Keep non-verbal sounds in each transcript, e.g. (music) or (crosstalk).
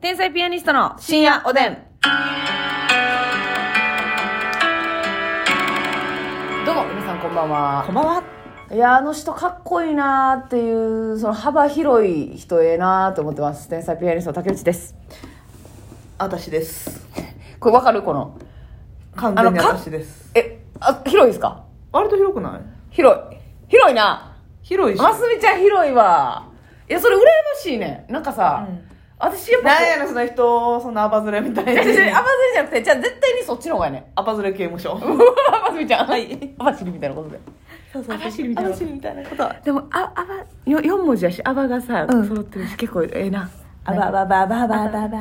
天才ピアニストの深夜おでん。どうも皆さんこんばんはこんばんは。いやあの人かっこいいなーっていうその幅広い人ええなーと思ってます天才ピアニストの竹内です私ですこれわかるこの完全にあのか私ですえあ広いですか割と広くない広い広いな広いし、ますみちゃん広いわいやそれ羨ましいねんなんかさ、うん私やっぱ (laughs) なんやねんその人そんなアバズレみたいいやいやいやなアバズミじゃなくてじゃあ絶対にそっちの方がやねん (laughs) (laughs) アバズレ刑務所アバズミちゃん (laughs) はいアバシリみたいなことでアバシリみたいなたいなことでもあアバよ四文字やしアバがさ、揃ってるし結構ええなアババババババババ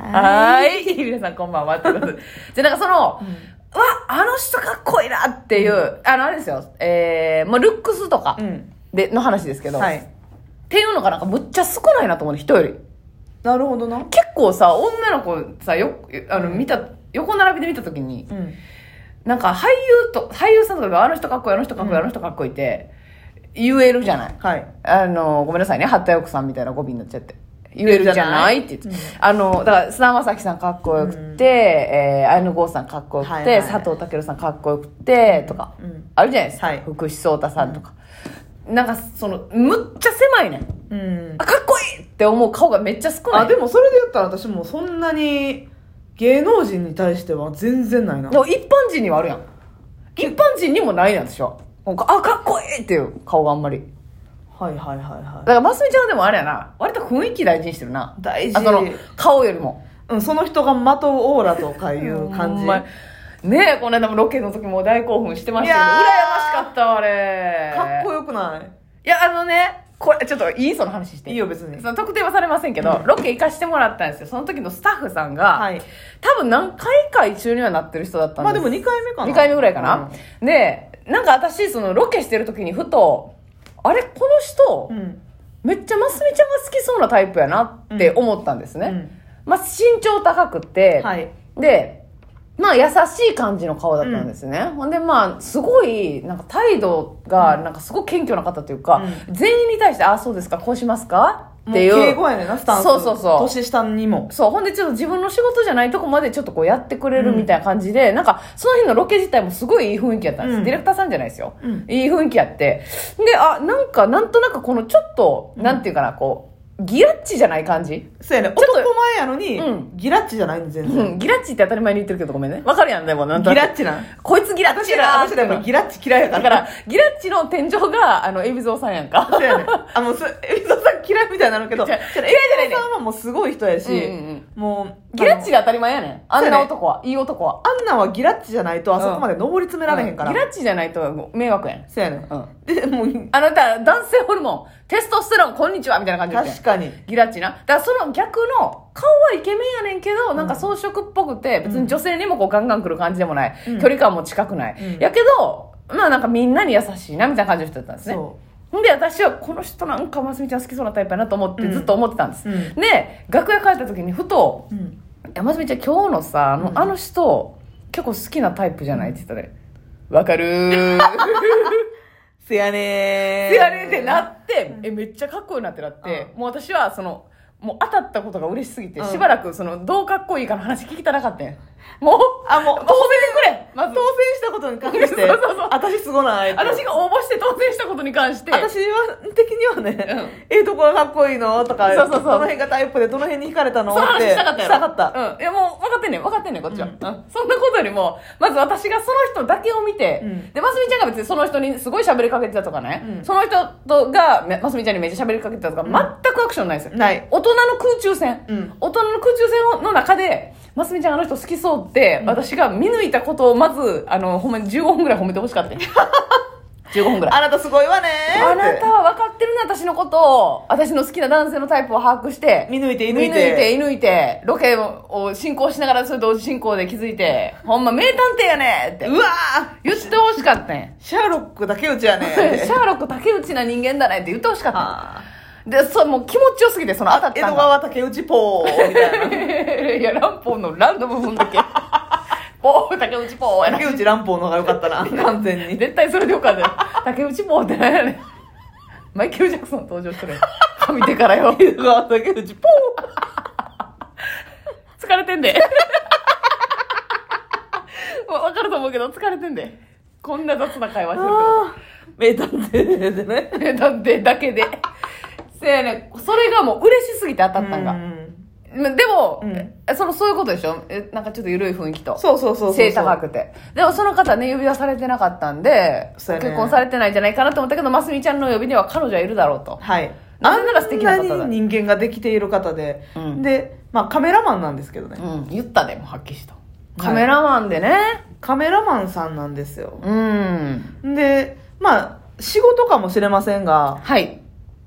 はーい。 (laughs) 皆さんこんばんは。ということで。じゃあなんかその、うわ、あの人かっこいいなっていう、あの、あれですよ、えー、まあ、ルックスとかうんで、の話ですけど、はいっ、ていうのがなんかむっちゃ少ないなと思うね、人より。なるほどな結構さ、女の子さ、よ、あの、見た、横並びで見たときに、うんなんか俳優と、俳優さんとかがあの人かっこいい、あの人かっこいい、あの人かっこいいって言えるじゃない。はいあの、ごめんなさいね、八田翼さんみたいな語尾になっちゃって。言えるじゃないって言って、うんあの、だから、菅田将暉さんかっこよくて、えー、綾野剛さんかっこよくて、はいはいはい佐藤健さんかっこよくて、とか、うんあるじゃないですか。はい福士蒼太さんとか。なんか、その、むっちゃ狭いねん。うんあ、かっこいいって思う顔がめっちゃ少ない。あでもそれで言ったら私もそんなに芸能人に対しては全然ないなでも一般人にはあるやん。一般人にもないやんでしょ。なんかあ、かっこいいっていう顔があんまり。はいはいはいはだから、ますみちゃんはでもあれやな、割と雰囲気大事にしてるな。大事あその、顔よりも。い、うん、その人がまとうオーラとかいう感ほじんまねえこの間もロケの時も大興奮してましたけどいや羨ましーかったわあれかっこいよくないいやあのねこれちょっといいその話していいよ別にその特定はされませんけど、ロケ行かしてもらったんですよその時のスタッフさんが、はい多分何回か一緒にはなってる人だったんですまあでも2回目かな2回目ぐらいかな、でなんか私そのロケしてる時にふとあれこの人、うん、うんめっちゃますみちゃんが好きそうなタイプやなって思ったんですね、うんまあ、身長高くて、はいで、まあ、優しい感じの顔だったんですね。ほんで、まあ、すごい、なんか態度が、なんかすごく謙虚な方というか、全員に対して、あ、そうですか、こうしますかっていう。もう敬語やねんなスタンスそうそうそう年下にもそう、ほんでちょっと自分の仕事じゃないとこまでちょっとこうやってくれるみたいな感じで、なんかその日のロケ自体もすごいいい雰囲気やったんです。うんディレクターさんじゃないですよ。うんいい雰囲気やって。で、あ、なんかなんとなくこのちょっと、なんていうかな、こう、ギラッチじゃない感じそうやねちょっと男前やのに、うんギラッチじゃないの全う然、ん、ギラッチって当たり前に言ってるけどごめんね。わかるやん、でもなんとギなラく。ッチなんこいつギラッ私チらだ私らもギラッチ嫌いやかだらから、ギラッチの天井が、あの、海老蔵さんやんか。そうやねあのすエビゾさん嫌いみたいになるけどじゃあエビ嫌いじゃないねゾさんはもうすごい人やし、うんうんもうギラッチあのが当たり前やねん。あんな男は、いい男は。あんなんはギラッチじゃないとあそこまで登り詰められへんから、ギラッチじゃないと、もう迷惑やん。そうやね、うんでもうあの、だから男性ホルモン、テストステロン、こんにちは、みたいな感じで言って確かにギラッチな。だからその逆の、顔はイケメンやねんけど、なんか装飾っぽくて、別に女性にもこうガンガン来る感じでもない。うん距離感も近くない。うんやけど、まあなんかみんなに優しいな、みたいな感じの人だったんですね。そんで私はこの人なんかますみちゃん好きそうなタイプやなと思ってうんずっと思ってたんです、うんで楽屋帰った時にふとう、うん、 「いやますみちゃん今日のさあの,、あの人結構好きなタイプじゃない?」って言ったら「わかる (laughs) ー」せやっねーてやれってなって、えめっちゃかっこよくなってなって、もう私はそのもう当たったことが嬉しすぎて、うんしばらくそのどうかっこいいかの話聞きたなかったんやもうあもう当選くれま当ず選したことに関してそうそうそう私すごないって私が応募して当選したことに関して私は的にはね、ええとこがかっこいいのとかそうそうそうどの辺がタイプでどの辺に惹かれたのそのっ話てしたかったやろったうん。いや、もう分かってんねん。分かってんねん、こっちは。うん。そんなことよりも、まず私がその人だけを見て、うんで、ますみちゃんが別にその人にすごい喋りかけてたとかね、うんその人とが、めますみちゃんにめっちゃ喋りかけてたとか、全くアクションないですよ。ない大人の空中戦、うん大人の空中戦の中で、ますみちゃんあの人好きそうって、私が見抜いたことをまず、あの、ほんまに15分ぐらい褒めてほしか (laughs) ったよ。15分ぐらい。あなたすごいわねーあってなたは分かってるね、私のことを。私の好きな男性のタイプを把握して。見抜いて見抜見抜いいて、て射抜いて、ロケを進行しながら、それ同時進行で気づいて、ほんま名探偵やねってうわー言ってほしかったんや。シャーロック竹内やねシーってャーロック竹内な人間だねって言ってほしかったあんやで、そう、もう気持ちよすぎて、その当たーっ江た戸のが。川竹内ポーみたいない (laughs) や、ランポーのランドム踏んだけ。 (laughs) ポー、竹内ポーやな竹。内乱暴の方が良かったな完全に絶対それでよかった (laughs) よ。竹内ポーってなんやねんマイケル・ジャクソン登場してるやん。髪でからよ。江戸川竹内ポー疲れてんで。 (laughs) わわかると思うけど、疲れてんで。こんな雑な会話してる名探偵でね。けど。だって、だけで。せやねんそれがもう嬉しすぎて当たったんうが。んまでも、うんその、そういうことでしょえなんかちょっと緩い雰囲気と。そうそうそうそう。背高くて。でもその方ね、指輪されてなかったんで、そうやね結婚されてないんじゃないかなと思ったけど、ますみちゃんの指には彼女はいるだろうと。はい。なんなら素敵な方だあんに人間ができている方で、うんで、まあカメラマンなんですけどね。うん、言ったで、もうはっきりした。カメラマンでね。カメラマンさんなんですよ。うん。で、まあ、仕事かもしれませんが、はい。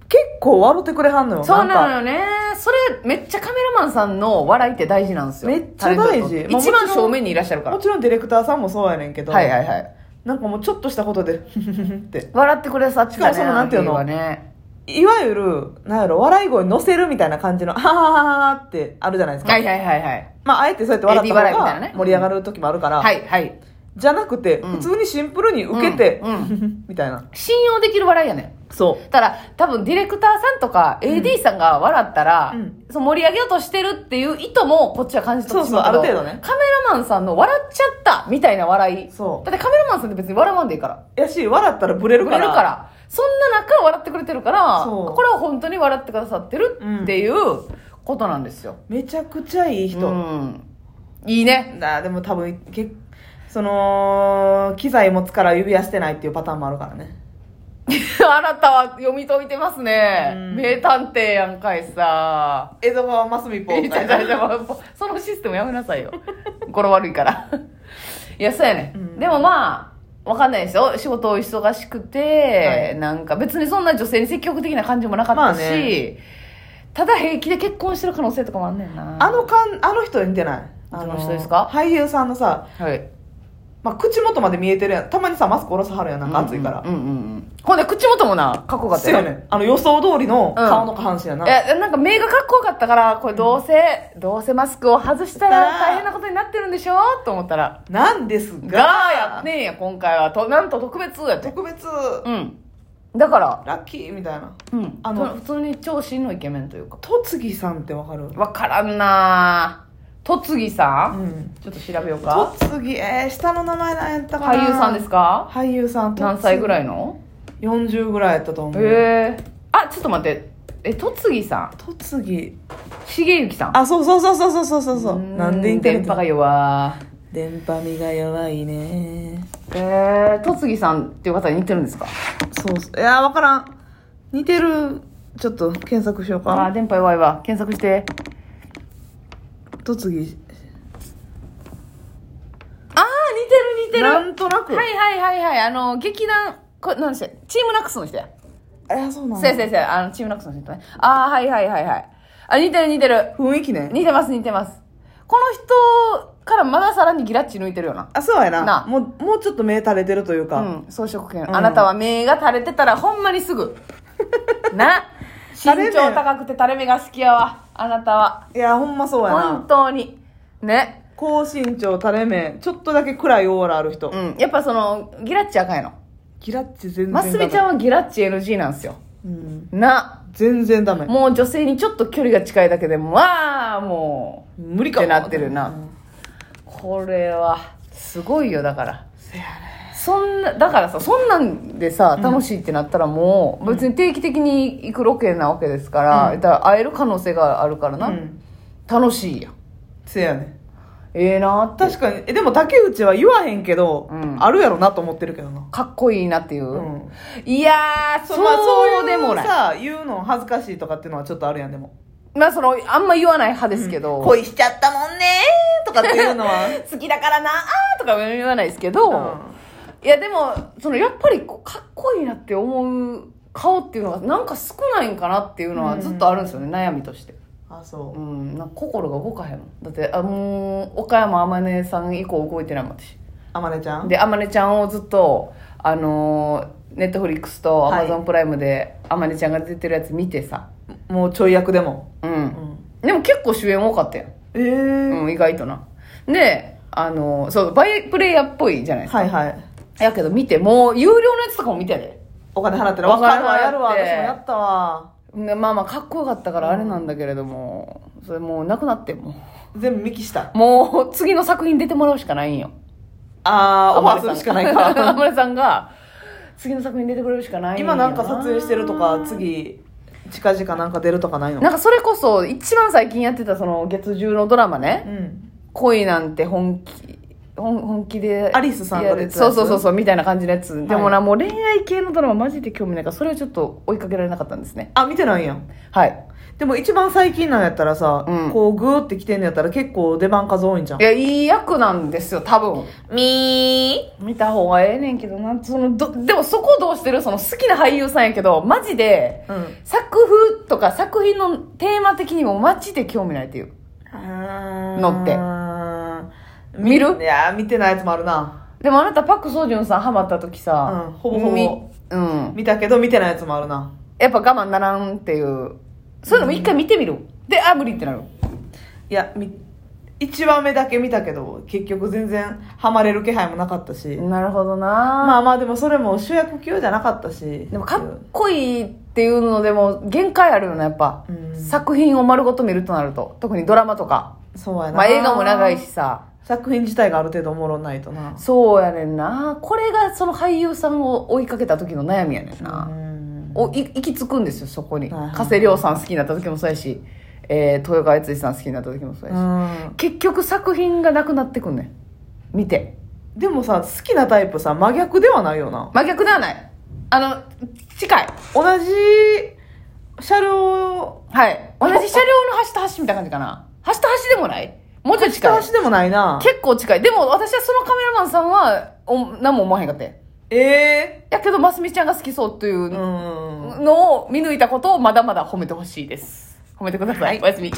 結構笑ってくれはんのよ。そうなのんかよね。それ、めっちゃカメラマンさんの笑いって大事なんですよ。めっちゃ大事タレントまあの一番もちろん正面にいらっしゃるから。もちろんディレクターさんもそうやねんけど、はいはいはい。なんかもうちょっとしたことで、 (laughs) ふふふふって。笑ってくれさってたね。しかもそのなんていうのあ時はねいわゆる、なんやろ、笑い声乗せるみたいな感じの、はははははってあるじゃないですか。はいはいはいはい。まあ、あえてそうやって笑ったエディ笑い方みたいながね盛り上がる時もあるから、はいはい。じゃなくて、うん普通にシンプルに受けて、うんう (laughs) みたいな。信用できる笑いやねん。そう。ただ多分ディレクターさんとか AD さんが笑ったら、うんその盛り上げようとしてるっていう意図もこっちは感じ取ってしまうけどそうそうある程度ねカメラマンさんの笑っちゃったみたいな笑いそうだってカメラマンさんって別に笑わんでいいからやし、笑ったらブレる売かれら。るからそんな中笑ってくれてるからそうこれは本当に笑ってくださってるっていうことなんですよ、めちゃくちゃいい人。うんいいね (laughs) だでも多分、けその、機材持つから指輪してないっていうパターンもあるからね。あなたは読み解いてますね、うん名探偵やんかいさ江戸川真澄ポいやいやいやもうそのシステムやめなさいよ。語呂悪いから。 (laughs) いや、そうやね、うんん。でもまあ、わかんないですよ。仕事忙しくて、はいなんか別にそんな女性に積極的な感じもなかっまあたし、ねただ平気で結婚してる可能性とかもあんねんな。あのかん、あの人に似てないあどの人ですか俳優さんのさ、はい。まあ、口元まで見えてるやん。たまにさ、マスク下ろさはるやん。なんか暑いから。うんうんうん。ほんで、口元もな、かっこよかったそうやねんあの予想通りの顔の下半身やな。いや、なんか目がかっこよかったから、これどうせ、どうせマスクを外したら大変なことになってるんでしょと思ったら、なんですがーが、やってんや、今回は。となんと特別やって。特別、うん。だから、ラッキーみたいな。うん、ああのの普通に超真のイケメンというか戸次さんってわかるわからんなぁ戸次さ、うんん。ちょっと調べようか戸次、えー、下の名前なんやったかな俳優さんですか俳優さん。何歳ぐらいいの ?40 ぐらいやったと思う。へえあちょっと待ってえ戸次さ戸次。ん重幸さんあ、そうそうそうそうそうそうそう。うーなんでインターネッ電ト波が弱電波身が弱いね。えー、戸次さんっていう方に似てるんですかそうそう。いや、わからん。似てる。ちょっと検索しようあーか。電波弱いわ検索して戸次。ああ似てる似てるなんとなく。はいはいはいはいあの劇団これ何でしたっけチームナックスの人やえ、そうなんせやせやせやあのチームナックスの人ねああはいはいはいはいあ似てる似てる雰囲気ね。似てます似てますこの人からまださらにギラッチ抜いてるよなあ、そうやな。なもう、もうちょっと目垂れてるといううか。ん装飾系の、うんあなたは目が垂れてたらほんまにすぐな身垂れ目長高くて垂れ目が好きやわあなたはいや、ほんまそうや本な。当にね高身長、垂れ目、ちょっとだけ暗いオーラある人。うんやっぱそのギラッチ赤やのギラッチ全然ダマメ。スミちゃんはギラッチ NG なんですようん。な全然ダメ。もう女性にちょっと距離が近いだけでもうああもう無理かっもてなってるな、うんこれはすごいよだからせやね。そんなだからさそんなんでさ楽しいってなったらもう、別に定期的に行くロケなわけですから,、うんだから会える可能性があるからな、うん。楽しいやんせやね。ええなって確かに。え、でも竹内は言わへんけど、うんあるやろなと思ってるけどな。かっこいいなっていう、うんいやーそう,、まあそうでもないさ、言うの恥ずかしいとかっていうのはちょっとあるやん、でも。まあそのあんま言わない派ですけど、恋しちゃったもんねーとかっていう (laughs) のは。好きだからなーとかは言わないですけど、ういやでもそのやっぱりこうかっこいいなって思う顔っていうのがなんか少ないんかなっていうのはずっとあるんですよね、悩みとして。あ、そう。うん、なんか心が動かへんもんだってあもう岡山天音さん以降動いてないもん私あまねちゃんで天音ちゃんをずっとあのネットフリックスとアはマいゾンプライムで天音ちゃんが出てるやつ見てさもうちょい役でも。うん、ん。でも結構主演多かったやん、ええー。うん、意外となであのそうバイプレイヤーっぽいじゃないですかはいはい。やけど見てもう有料のやつとかも見てやでお金払ってる。わかるわ、やるわ、お金払って私もやったわ。でまあまあかっこよかったからあれなんだけれども、それもうなくなっても全部見きした。うもう次の作品出てもらうしかないんよあー、オファ天音ーするしさかんないが (laughs) 天 (laughs) か。音さんが次の作品出てくれるしかないよ今なんか撮影してるとか、次、近々なんか出るとかないのなんかそれこそ一番最近やってたその月10のドラマね、うん。恋なんて本気本本気でアリスさんが出てたそやうつそうそうそうみたいな感じのやつ、ではもいなもう恋愛系のドラママジで興味ないからそれはちょっと追いかけられなかったんですねあ、見てないんやはいでも一番最近なんやったらさ、うんこうグーって来てんのやったら結構出番数多いんじゃんい。やいい役なんですよ多分み見た方がええねんけどなそのどでもそこどうしてるその好きな俳優さんやけどマジでうん。作風とか作品のテーマ的にもマジで興味ないっていう乗ってって見るいやー、見てないやつもあるな。でもあなたパク・ソジュンさんハマった時さ、うんほぼほぼみうん見たけど見てないやつもあるな。やっぱ我慢ならんっていうそういうのも一回見てみる、であ無理ってなるいや、み、1話目だけ見たけど、結局全然ハマれる気配もなかったし。なるほどな、まあまあでもそれも主役級じゃなかったし。でもかっこいいっていうのでも限界あるよねやっぱ、うん作品を丸ごと見るとなると特にドラマとか、そうやな。まあ、映画も長いし。さ作品自体がある程度おもろないとな。そうやねんなこれがその俳優さんを追いかけた時の悩みやねんな、うんおい行き着くんですよそこにはいはい加瀬亮さん好きになった時もそうやし、えー、豊川悦司さん好きになった時もそうやし、うん結局作品がなくなってくんねん見てでもさ、好きなタイプさ、真逆ではないよな。真逆ではないあの近い同じ車両、はい同じ車両の端と端みたいな感じかな端と端でもないもうちょい近い下橋でもないな。結構近いでも私はそのカメラマンさんはお何も思わへんかってええやけど真澄ちゃんが好きそうというー。うん。のを見抜いたことをまだまだ褒めてほしいです褒めてください、おやすみ